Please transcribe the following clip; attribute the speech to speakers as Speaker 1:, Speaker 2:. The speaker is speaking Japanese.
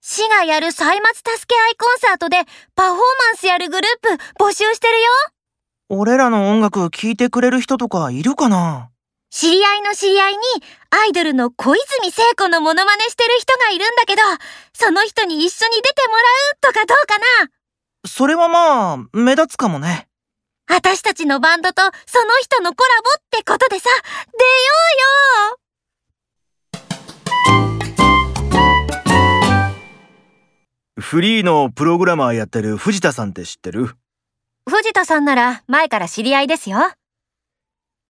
Speaker 1: 市がやる歳末助け合いコンサートでパフォーマンスやるグループ募集してるよ
Speaker 2: 俺らの音楽聴いてくれる人とかいるかな
Speaker 1: 知り合いの知り合いにアイドルの小泉聖子のモノマネしてる人がいるんだけど、その人に一緒に出てもらうとかどうかな
Speaker 2: それはまあ、目立つかもね。
Speaker 1: 私たちのバンドとその人のコラボってことでさ、出ようよ
Speaker 3: フリーのプログラマーやってる藤田さんって知ってる
Speaker 1: 藤田さんなら前から知り合いですよ。